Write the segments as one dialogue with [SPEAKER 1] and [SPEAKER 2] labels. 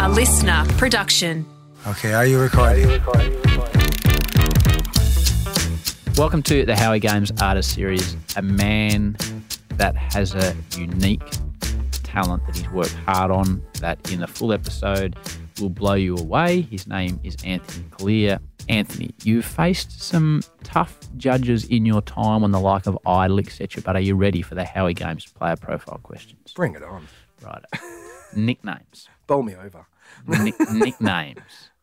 [SPEAKER 1] a listener production.
[SPEAKER 2] Okay, are you recording?
[SPEAKER 3] Welcome to the Howie Games Artist Series. A man that has a unique talent that he's worked hard on, that in the full episode will blow you away. His name is Anthony Clear. Anthony, you've faced some tough judges in your time on the like of Idol, etc., but are you ready for the Howie Games player profile questions?
[SPEAKER 2] Bring it on.
[SPEAKER 3] Right. Nicknames.
[SPEAKER 2] Bowl me over.
[SPEAKER 3] Nick- nicknames.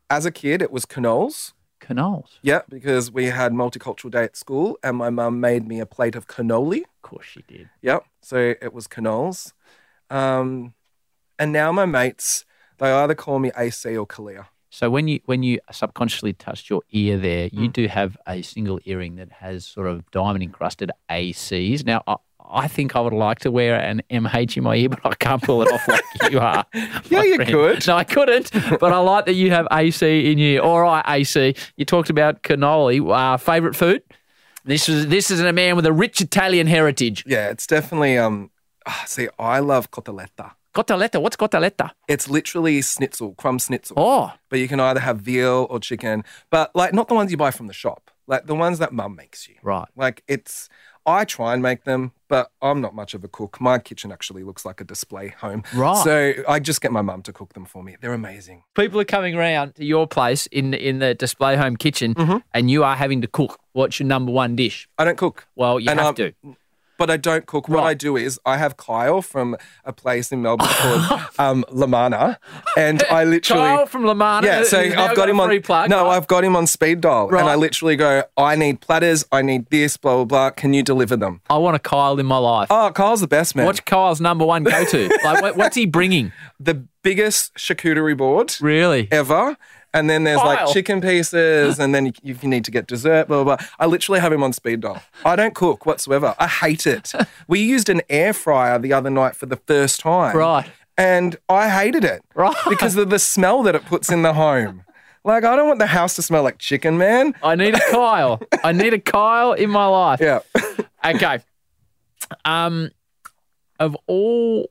[SPEAKER 2] As a kid, it was cannolis.
[SPEAKER 3] Canoles.
[SPEAKER 2] Yeah, because we had multicultural day at school, and my mum made me a plate of cannoli.
[SPEAKER 3] Of course she did.
[SPEAKER 2] Yep. So it was cannolis. Um, and now my mates, they either call me AC or Kalia.
[SPEAKER 3] So when you when you subconsciously touched your ear there,
[SPEAKER 2] Mm.
[SPEAKER 3] you do have a single earring that has sort of diamond encrusted ACs. Now I, I think I would like to wear an MH in my ear, but I can't pull it off like you are.
[SPEAKER 2] Yeah,
[SPEAKER 3] my
[SPEAKER 2] you could.
[SPEAKER 3] No, I couldn't. But I like that you have AC in your. All right, AC. You talked about cannoli. Uh, favorite food. This is this is a man with a rich Italian heritage.
[SPEAKER 2] Yeah, it's definitely. um. ah, See, I love cotoletta.
[SPEAKER 3] Cotoletta. What's cotoletta?
[SPEAKER 2] It's literally schnitzel, crumb schnitzel.
[SPEAKER 3] Oh,
[SPEAKER 2] But you can either have veal or chicken, but like not the ones you buy from the shop, like the ones that mum makes you.
[SPEAKER 3] right.
[SPEAKER 2] Like it's, I try and make them, but I'm not much of a cook. My kitchen actually looks like a display home.
[SPEAKER 3] Right.
[SPEAKER 2] So I just get my mum to cook them for me. They're amazing.
[SPEAKER 3] people are coming round to your place in in the display home kitchen,
[SPEAKER 2] Mm-hmm.
[SPEAKER 3] and you are having to cook. What's your number one dish?
[SPEAKER 2] I don't cook.
[SPEAKER 3] Well, you
[SPEAKER 2] And,
[SPEAKER 3] have
[SPEAKER 2] um,
[SPEAKER 3] to.
[SPEAKER 2] But I don't cook. What
[SPEAKER 3] Right.
[SPEAKER 2] I do is I have Kyle from a place in Melbourne called um, Lamana, and I literally
[SPEAKER 3] Kyle from Lamana.
[SPEAKER 2] yeah. So
[SPEAKER 3] who's now
[SPEAKER 2] I've
[SPEAKER 3] got
[SPEAKER 2] got him
[SPEAKER 3] a
[SPEAKER 2] on
[SPEAKER 3] free plug.
[SPEAKER 2] no, I've got him on speed dial,
[SPEAKER 3] Right.
[SPEAKER 2] and I literally go, I need platters, I need this, blah blah blah. Can you deliver them?
[SPEAKER 3] I want a Kyle in my life.
[SPEAKER 2] Oh, Kyle's the best man.
[SPEAKER 3] What's Kyle's number one go to? like, what, what's he bringing?
[SPEAKER 2] the biggest charcuterie board
[SPEAKER 3] Really?
[SPEAKER 2] ever. And then there's
[SPEAKER 3] Kyle.
[SPEAKER 2] like chicken pieces, and then you, you need to get dessert, blah, blah, blah. I literally have him on speed dial. I don't cook whatsoever. I hate it. we used an air fryer the other night for the first time.
[SPEAKER 3] Right.
[SPEAKER 2] And I hated it.
[SPEAKER 3] Right.
[SPEAKER 2] Because of the smell that it puts in the home. Like, I don't want the house to smell like chicken, man.
[SPEAKER 3] I need a Kyle. I need a Kyle in my life.
[SPEAKER 2] Yeah.
[SPEAKER 3] Okay. Um, of all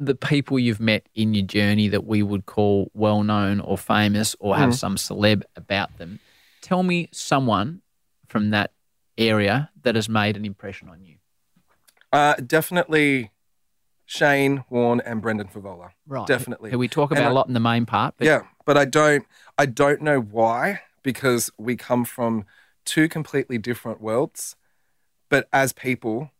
[SPEAKER 3] the people you've met in your journey that we would call well known or famous or
[SPEAKER 2] Mm.
[SPEAKER 3] have some celeb about them, tell me someone from that area that has made an impression on you.
[SPEAKER 2] Uh, definitely Shane, Warren, and Brendan Favola.
[SPEAKER 3] Right.
[SPEAKER 2] Definitely.
[SPEAKER 3] Who we talk about
[SPEAKER 2] And
[SPEAKER 3] a
[SPEAKER 2] I-
[SPEAKER 3] lot in the main part. But
[SPEAKER 2] yeah, but I don't I don't know why because we come from two completely different worlds, but as people,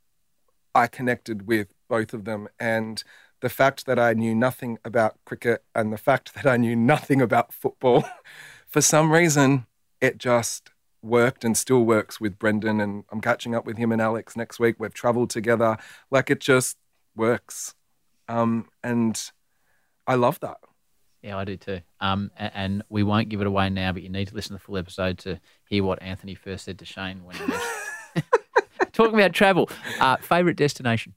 [SPEAKER 2] I connected with both of them and the fact that I knew nothing about cricket and the fact that I knew nothing about football, for some reason, it just worked and still works with Brendan. And I'm catching up with him and Alex next week. We've traveled together. Like it just works. Um, and I love that.
[SPEAKER 3] Yeah, I do too. Um, a- and we won't give it away now, but you need to listen to the full episode to hear what Anthony first said to Shane when he met. Talking about travel, uh, favorite destination?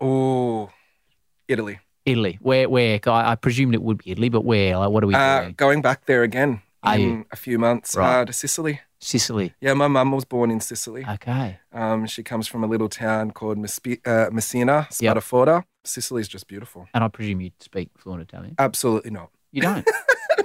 [SPEAKER 2] Oh, Italy.
[SPEAKER 3] Italy. Where? Where? I, I presumed it would be Italy, but where? Like, what are we
[SPEAKER 2] Uh,
[SPEAKER 3] doing?
[SPEAKER 2] going back there again
[SPEAKER 3] Are
[SPEAKER 2] in
[SPEAKER 3] you?
[SPEAKER 2] a few months
[SPEAKER 3] Right.
[SPEAKER 2] uh, to Sicily.
[SPEAKER 3] Sicily.
[SPEAKER 2] Yeah, my mum was born in Sicily.
[SPEAKER 3] Okay.
[SPEAKER 2] Um, she comes from a little town called Mespi- uh, Messina,
[SPEAKER 3] Yep.
[SPEAKER 2] Spadafora. Sicily's just beautiful.
[SPEAKER 3] And I presume you speak fluent Italian.
[SPEAKER 2] Absolutely not.
[SPEAKER 3] You don't.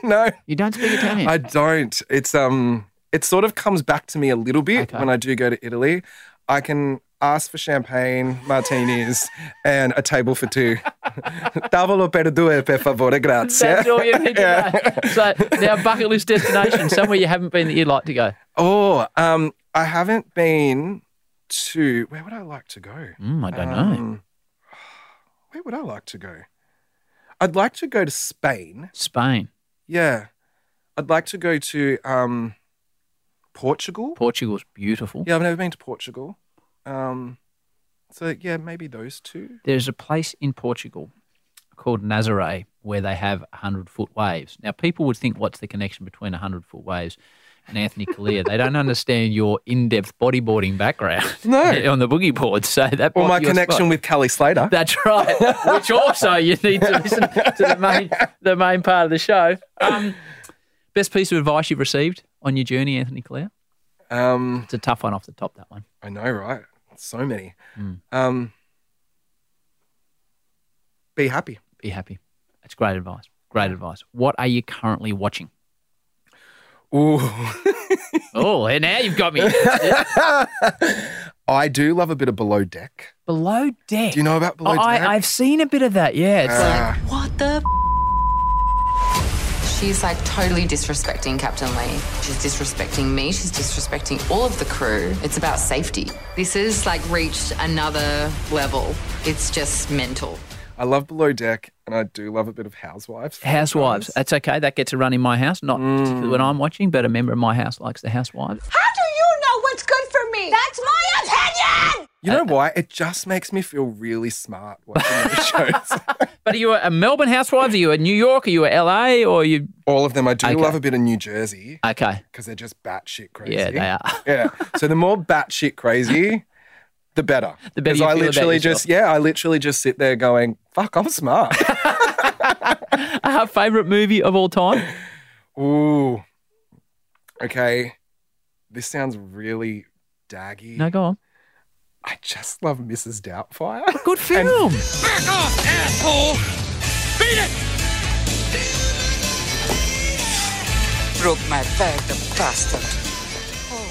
[SPEAKER 2] no,
[SPEAKER 3] you don't speak Italian.
[SPEAKER 2] Uh, I don't. It's um, it sort of comes back to me a little bit
[SPEAKER 3] Okay.
[SPEAKER 2] when I do go to Italy. I can ask for champagne, martinis, and a table for two. Tavolo per due, per favore, grazie.
[SPEAKER 3] That's all you need to know. So now, bucket list destination, somewhere you haven't been that you'd like to go.
[SPEAKER 2] Oh, um, I haven't been to where would I like to go?
[SPEAKER 3] Mm, I don't know.
[SPEAKER 2] Um, Where would I like to go? I'd like to go to Spain.
[SPEAKER 3] Spain,
[SPEAKER 2] Yeah. I'd like to go to um Portugal.
[SPEAKER 3] Portugal's beautiful.
[SPEAKER 2] Yeah, I've never been to Portugal. Um so yeah, maybe those two.
[SPEAKER 3] There's a place in Portugal called Nazaré where they have 100 foot waves. Now, people would think, what's the connection between 100 foot waves and Anthony Kalia? they don't understand your in depth bodyboarding background
[SPEAKER 2] No.
[SPEAKER 3] on the boogie board. So that
[SPEAKER 2] Or
[SPEAKER 3] might
[SPEAKER 2] my
[SPEAKER 3] be your
[SPEAKER 2] connection
[SPEAKER 3] spot.
[SPEAKER 2] with Kelly Slater.
[SPEAKER 3] That's right. Which also you need to listen to the main the main part of the show. Um, best piece of advice you've received on your journey, Anthony Clare?
[SPEAKER 2] Um
[SPEAKER 3] It's a tough one off the top. That one.
[SPEAKER 2] I know, right? So many.
[SPEAKER 3] Hmm.
[SPEAKER 2] Um Be happy.
[SPEAKER 3] Be happy. That's great advice. Great advice. What are you currently watching?
[SPEAKER 2] Ooh.
[SPEAKER 3] Oh, and now you've got me.
[SPEAKER 2] I do love a bit of below deck.
[SPEAKER 3] Below deck.
[SPEAKER 2] Do you know about below
[SPEAKER 3] Oh, I,
[SPEAKER 2] deck?
[SPEAKER 3] I've seen a bit of that. Yeah. It's like,
[SPEAKER 2] Ah,
[SPEAKER 1] What the?
[SPEAKER 4] She's like totally disrespecting Captain Lee. She's disrespecting me. She's disrespecting all of the crew. It's about safety. This has like reached another level. It's just mental.
[SPEAKER 2] I love below deck, and I do love a bit of housewives.
[SPEAKER 3] Housewives. That's okay. That gets a run in my house. Not
[SPEAKER 2] Mm.
[SPEAKER 3] particularly when I'm watching, but a member of my house likes the housewives.
[SPEAKER 5] How do you know what's good for me? That's my opinion!
[SPEAKER 2] You
[SPEAKER 3] uh,
[SPEAKER 2] know why? It just makes me feel really smart watching those shows.
[SPEAKER 3] But are you a Melbourne housewives? Are you a New York? Are you a LA? Or are you.
[SPEAKER 2] All of them. I do
[SPEAKER 3] Okay.
[SPEAKER 2] love a bit of New Jersey
[SPEAKER 3] Okay.
[SPEAKER 2] because they're just batshit crazy.
[SPEAKER 3] Yeah, they are.
[SPEAKER 2] yeah. So the more batshit crazy, the better.
[SPEAKER 3] The better
[SPEAKER 2] 'Cause
[SPEAKER 3] you
[SPEAKER 2] I
[SPEAKER 3] feel about
[SPEAKER 2] literally just yeah, I literally just sit there going, "Fuck, I'm smart."
[SPEAKER 3] Our favourite movie of all time?
[SPEAKER 2] Ooh. Okay. This sounds really daggy.
[SPEAKER 3] No, go on.
[SPEAKER 2] I just love Mrs. Doubtfire.
[SPEAKER 3] Good film.
[SPEAKER 6] Back off, asshole! Beat it!
[SPEAKER 1] Broke my back, the bastard.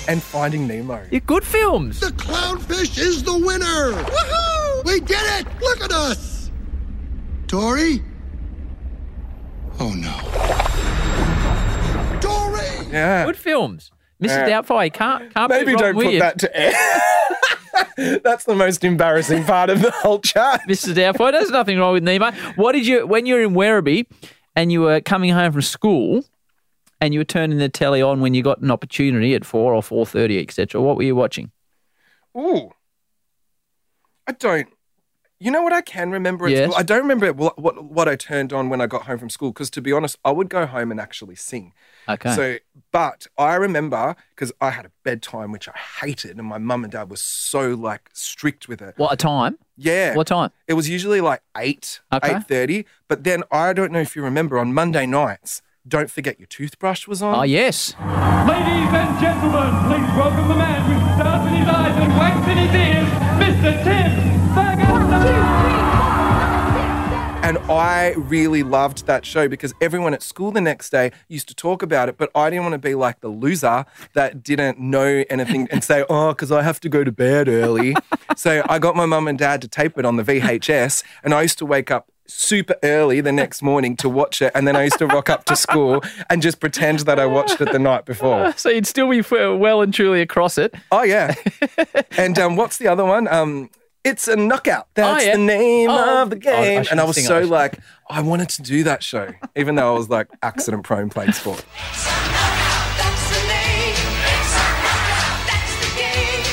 [SPEAKER 2] and Finding Nemo.
[SPEAKER 3] They're good films.
[SPEAKER 6] The clownfish is the winner! Woohoo! We did it! Look at us! Dory? Oh no. Dory!
[SPEAKER 2] Yeah.
[SPEAKER 3] Good films. Mrs. Doubtfire can't can't
[SPEAKER 2] Uh, Maybe
[SPEAKER 3] be wrong
[SPEAKER 2] don't
[SPEAKER 3] with
[SPEAKER 2] put
[SPEAKER 3] you.
[SPEAKER 2] that to air. That's the most embarrassing part of the whole chart.
[SPEAKER 3] Mrs. Doubtfire. There's nothing wrong with Nemo. What did you when you were in Werribee and you were coming home from school and you were turning the telly on when you got an opportunity at four or four thirty, etc. What were you watching?
[SPEAKER 2] Ooh. I don't. You know what I can remember? At
[SPEAKER 3] Yes.
[SPEAKER 2] school? I don't remember what, what what I turned on when I got home from school because, to be honest, I would go home and actually sing.
[SPEAKER 3] Okay.
[SPEAKER 2] So, but I remember because I had a bedtime which I hated, and my mum and dad were so like strict with it.
[SPEAKER 3] what a time?
[SPEAKER 2] Yeah,
[SPEAKER 3] What time?
[SPEAKER 2] it was usually like eight,
[SPEAKER 3] Okay.
[SPEAKER 2] eight thirty. But then I don't know if you remember on Monday nights. Don't forget your toothbrush was on.
[SPEAKER 3] Oh yes.
[SPEAKER 7] Ladies and gentlemen, please welcome the man with stars in his eyes and wax in his ears, Mr. Tim Ferguson.
[SPEAKER 2] And I really loved that show because everyone at school the next day used to talk about it, but I didn't want to be like the loser that didn't know anything and say, oh, because I have to go to bed early. so I got my mum and dad to tape it on the VHS, and I used to wake up super early the next morning to watch it. And then I used to rock up to school and just pretend that I watched it the night before.
[SPEAKER 3] So you'd still be f- well and truly across it.
[SPEAKER 2] Oh, yeah. And um, what's the other one? Um, it's a knockout. That's
[SPEAKER 3] Oh, yeah.
[SPEAKER 2] the name
[SPEAKER 3] Oh.
[SPEAKER 2] of the
[SPEAKER 3] Oh, I
[SPEAKER 2] game.
[SPEAKER 3] shouldn't
[SPEAKER 2] and I was
[SPEAKER 3] sing it,
[SPEAKER 2] so
[SPEAKER 3] I shouldn't.
[SPEAKER 2] like, I wanted to do that show, even though I was like accident prone playing sport.
[SPEAKER 5] That's the name. That's the game.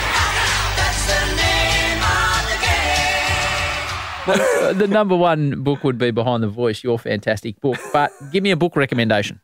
[SPEAKER 5] That's the name of the game.
[SPEAKER 3] Uh, the number one book would be Behind the Voice, your fantastic book. But give me a book recommendation.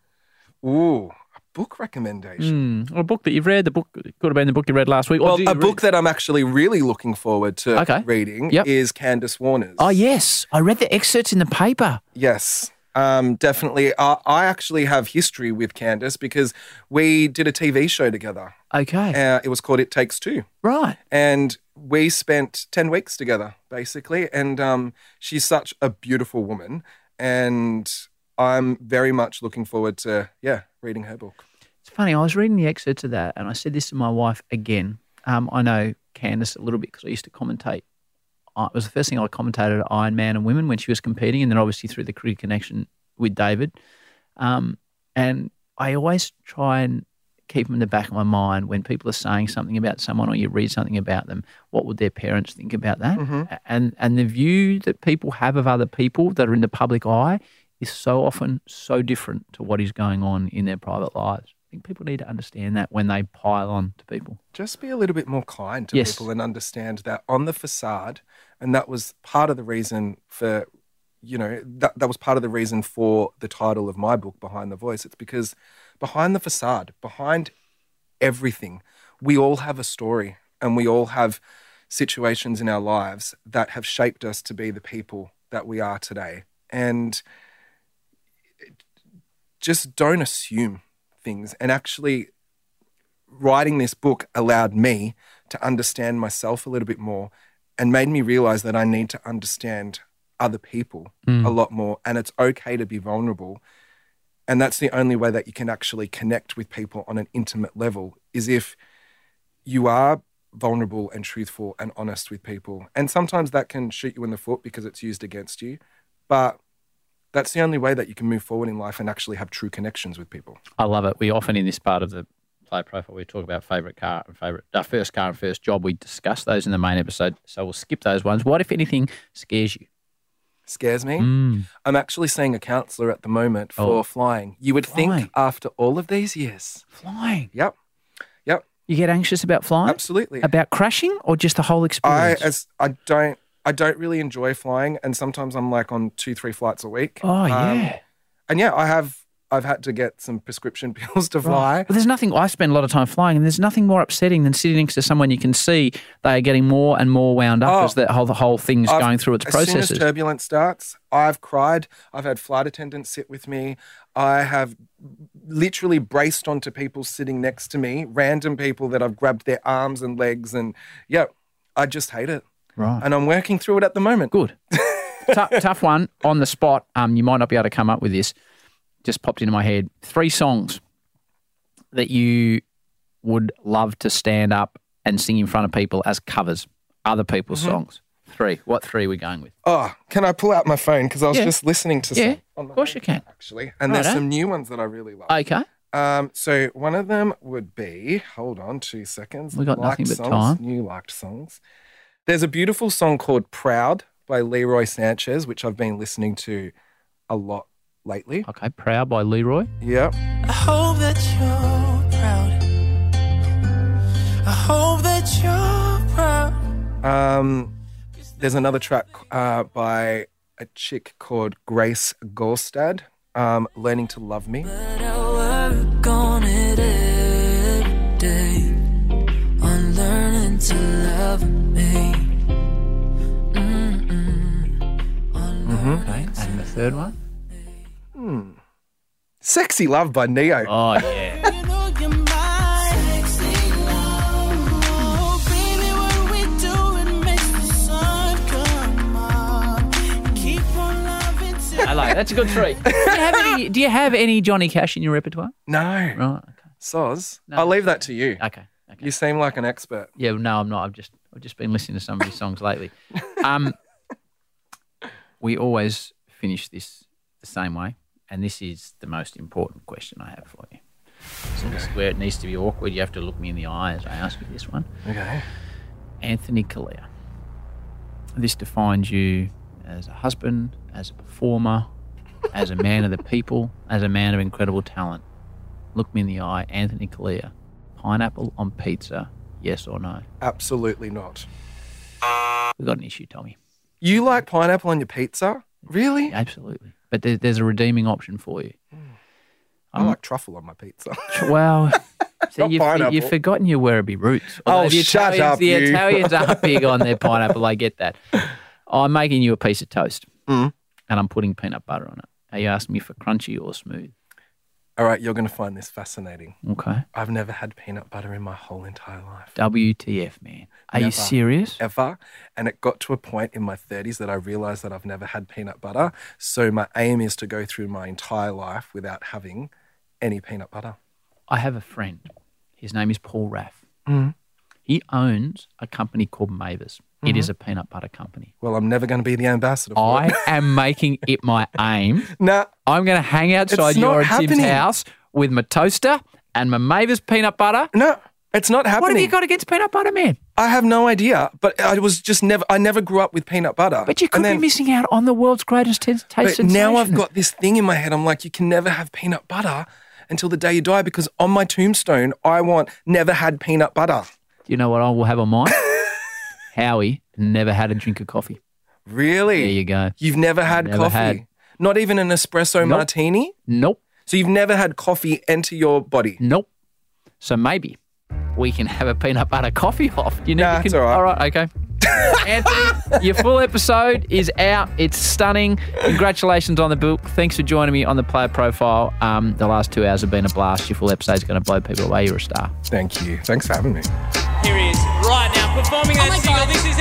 [SPEAKER 2] Ooh, a book recommendation.
[SPEAKER 3] Mm, or a book that you've read. The book it could have been the book you read last week. Or
[SPEAKER 2] Well,
[SPEAKER 3] do
[SPEAKER 2] a
[SPEAKER 3] you read-
[SPEAKER 2] book that I'm actually really looking forward to
[SPEAKER 3] Okay.
[SPEAKER 2] reading
[SPEAKER 3] Yep.
[SPEAKER 2] is Candace Warner's.
[SPEAKER 3] Oh yes, I read the excerpts in the paper.
[SPEAKER 2] Yes, um, definitely. I, I actually have history with Candace because we did a TV show together.
[SPEAKER 3] Okay,
[SPEAKER 2] Uh, it was called It Takes Two.
[SPEAKER 3] right.
[SPEAKER 2] and we spent 10 weeks together basically and um, she's such a beautiful woman and i'm very much looking forward to yeah reading her book
[SPEAKER 3] It's funny. I was reading the excerpts of that, and I said this to my wife again. Um, I know Candace a little bit because I used to commentate. I, it was the first thing I commentated at Iron Man and Women when she was competing, and then obviously through the career connection with David. Um, and I always try and keep them in the back of my mind when people are saying something about someone or you read something about them. What would their parents think about that? A- And and the view that people have of other people that are in the public eye is so often so different to what is going on in their private lives. I think people need to understand that when they pile on to people.
[SPEAKER 2] just be a little bit more kind to
[SPEAKER 3] Yes.
[SPEAKER 2] people and understand that on the facade and that was part of the reason for you know that, that was part of the reason for the title of my book behind the voice it's because behind the facade behind everything we all have a story and we all have situations in our lives that have shaped us to be the people that we are today and just don't assume things and actually writing this book allowed me to understand myself a little bit more and made me realize that I need to understand other people a lot more. And it's okay to be vulnerable. And that's the only way that you can actually connect with people on an intimate level is if you are vulnerable and truthful and honest with people. And sometimes that can shoot you in the foot because it's used against you. But that's the only way that you can move forward in life and actually have true connections with people.
[SPEAKER 3] I love it. We often in this part of the player profile we talk about favorite car and favorite uh, first car and first job. We discuss those in the main episode, so we'll skip those ones. What if anything scares you?
[SPEAKER 2] Scares me. I'm actually seeing a counselor at the moment for
[SPEAKER 3] Mm. Oh.
[SPEAKER 2] flying. You would
[SPEAKER 3] Flying.
[SPEAKER 2] think after all of these years.
[SPEAKER 3] Flying.
[SPEAKER 2] Yep. Yep.
[SPEAKER 3] You get anxious about flying?
[SPEAKER 2] Absolutely.
[SPEAKER 3] About crashing or just the whole
[SPEAKER 2] I
[SPEAKER 3] experience?
[SPEAKER 2] as I don't I don't really enjoy flying, and sometimes I'm like on two three flights a week.
[SPEAKER 3] oh
[SPEAKER 2] Um,
[SPEAKER 3] yeah.
[SPEAKER 2] and yeah, I have I've had to get some prescription pills to fly.
[SPEAKER 3] Well, there's nothing. I spend a lot of time flying, and there's nothing more upsetting than sitting next to someone you can see they are getting more and more wound up
[SPEAKER 2] Oh.
[SPEAKER 3] as the whole the whole thing's
[SPEAKER 2] I've-
[SPEAKER 3] going through its
[SPEAKER 2] as
[SPEAKER 3] processes.
[SPEAKER 2] soon as turbulence starts, I've cried. I've had flight attendants sit with me. I have literally braced onto people sitting next to me, random people that I've grabbed their arms and legs, and yeah, I just hate it.
[SPEAKER 3] Right.
[SPEAKER 2] And I'm working through it at the moment.
[SPEAKER 3] Good. tough, tough one on the spot. Um, you might not be able to come up with this. Just popped into my head. Three songs that you would love to stand up and sing in front of people as covers, other people's
[SPEAKER 2] Mm-hmm.
[SPEAKER 3] songs. Three. What three are we going with?
[SPEAKER 2] Oh, can I pull out my phone because I was
[SPEAKER 3] Yeah.
[SPEAKER 2] just listening to
[SPEAKER 3] Yeah,
[SPEAKER 2] some on
[SPEAKER 3] of
[SPEAKER 2] my
[SPEAKER 3] course you can.
[SPEAKER 2] actually, and there's
[SPEAKER 3] Righto.
[SPEAKER 2] some new ones that I really love.
[SPEAKER 3] Okay.
[SPEAKER 2] Um, so one of them would be hold on two seconds.
[SPEAKER 3] We got nothing but
[SPEAKER 2] songs,
[SPEAKER 3] time.
[SPEAKER 2] New liked songs. There's a beautiful song called "Proud" by Leroy Sanchez, which I've been listening to a lot lately.
[SPEAKER 3] Okay. Proud by Leroy.
[SPEAKER 2] Yep.
[SPEAKER 8] I hope that you're proud. I hope that you're proud.
[SPEAKER 2] Um, there's another track uh, by a chick called Grace Gorstad, um, "Learning to Love Me."
[SPEAKER 8] But I work on it every day. On learning to love me. Mm-mm. On learning
[SPEAKER 3] Okay. And the third one.
[SPEAKER 2] "Sexy Love" by Neo.
[SPEAKER 3] Oh yeah.
[SPEAKER 8] You know you're mine. Oh, baby, what we do, it makes the sun come up. Keep on loving till
[SPEAKER 3] I like. it. That's a good three. Do you have any, do you have any Johnny Cash in your repertoire?
[SPEAKER 2] No,
[SPEAKER 3] Right.
[SPEAKER 2] Soz, I'll leave that to you.
[SPEAKER 3] Okay. Okay. okay.
[SPEAKER 2] You seem like an expert.
[SPEAKER 3] Yeah, no, I'm not. I've just I've just been listening to some of his songs lately. Um, we always finish this the same way, and this is the most important question I have for you. So this is where it needs to be awkward. You have to look me in the eye as I ask you this one.
[SPEAKER 2] Okay.
[SPEAKER 3] Anthony Kalia. This defines you as a husband, as a performer, as a man of the people, as a man of incredible talent. Look me in the eye, Anthony Kalia. Pineapple on pizza, yes or no?
[SPEAKER 2] Absolutely not.
[SPEAKER 3] We've got an issue, Tommy.
[SPEAKER 2] You like pineapple on your pizza? Really?
[SPEAKER 3] Absolutely. But there, there's a redeeming option for you.
[SPEAKER 2] I like truffle on my pizza.
[SPEAKER 3] Well, so
[SPEAKER 2] Not
[SPEAKER 3] you've,
[SPEAKER 2] pineapple. Oh,
[SPEAKER 3] you've forgotten your Werribee roots. Although the
[SPEAKER 2] shut
[SPEAKER 3] Italians,
[SPEAKER 2] up,
[SPEAKER 3] The
[SPEAKER 2] you.
[SPEAKER 3] Italians are big on their pineapple. I get that. I'm making you a piece of toast
[SPEAKER 2] Mm.
[SPEAKER 3] and I'm putting peanut butter on it. Are you asking me for crunchy or smooth?
[SPEAKER 2] All right, you're going to find this fascinating.
[SPEAKER 3] Okay.
[SPEAKER 2] I've never had peanut butter in my whole entire life,
[SPEAKER 3] WTF, man. Are you
[SPEAKER 2] Never.
[SPEAKER 3] serious?
[SPEAKER 2] ever. And it got to a point in my 30s that I realized that I've never had peanut butter. So my aim is to go through my entire life without having any peanut butter.
[SPEAKER 3] I have a friend. His name is Paul Raff.
[SPEAKER 2] Mm.
[SPEAKER 3] He owns a company called Mavis. It
[SPEAKER 2] Mm-hmm.
[SPEAKER 3] is a peanut butter company.
[SPEAKER 2] Well, I'm never going to be the ambassador for
[SPEAKER 3] I
[SPEAKER 2] it.
[SPEAKER 3] am making it my aim
[SPEAKER 2] Nah,
[SPEAKER 3] I'm going to hang outside
[SPEAKER 2] It's not
[SPEAKER 3] your and Tim's
[SPEAKER 2] happening.
[SPEAKER 3] house with my toaster and my Mavis peanut butter.
[SPEAKER 2] no, it's not happening.
[SPEAKER 3] What have you got against peanut butter, man?
[SPEAKER 2] I have no idea, but I was just never, I never grew up with peanut butter.
[SPEAKER 3] But you could
[SPEAKER 2] And then-
[SPEAKER 3] be missing out on the world's greatest t- taste
[SPEAKER 2] But
[SPEAKER 3] sensation.
[SPEAKER 2] now I've got this thing in my head. I'm like, you can never have peanut butter until the day you die because on my tombstone, I want never had peanut butter.
[SPEAKER 3] You know what I will have on mine? Howie never had a drink of coffee.
[SPEAKER 2] Really?
[SPEAKER 3] There you go.
[SPEAKER 2] You've never had
[SPEAKER 3] Never
[SPEAKER 2] coffee?
[SPEAKER 3] had.
[SPEAKER 2] Not even an espresso
[SPEAKER 3] Nope.
[SPEAKER 2] martini?
[SPEAKER 3] Nope.
[SPEAKER 2] So you've never had coffee enter your body?
[SPEAKER 3] Nope. So maybe we can have a peanut butter coffee off. You need
[SPEAKER 2] Nah,
[SPEAKER 3] to
[SPEAKER 2] it's all right.
[SPEAKER 3] All right, okay. Anthony, your full episode is out. It's stunning. Congratulations on the book. Thanks for joining me on the player profile. Um, the last two hours have been a blast. Your full episode's going to blow people away. You're a star.
[SPEAKER 2] Thank you. Thanks for having me.
[SPEAKER 9] Here he is, right now, performing that single. This is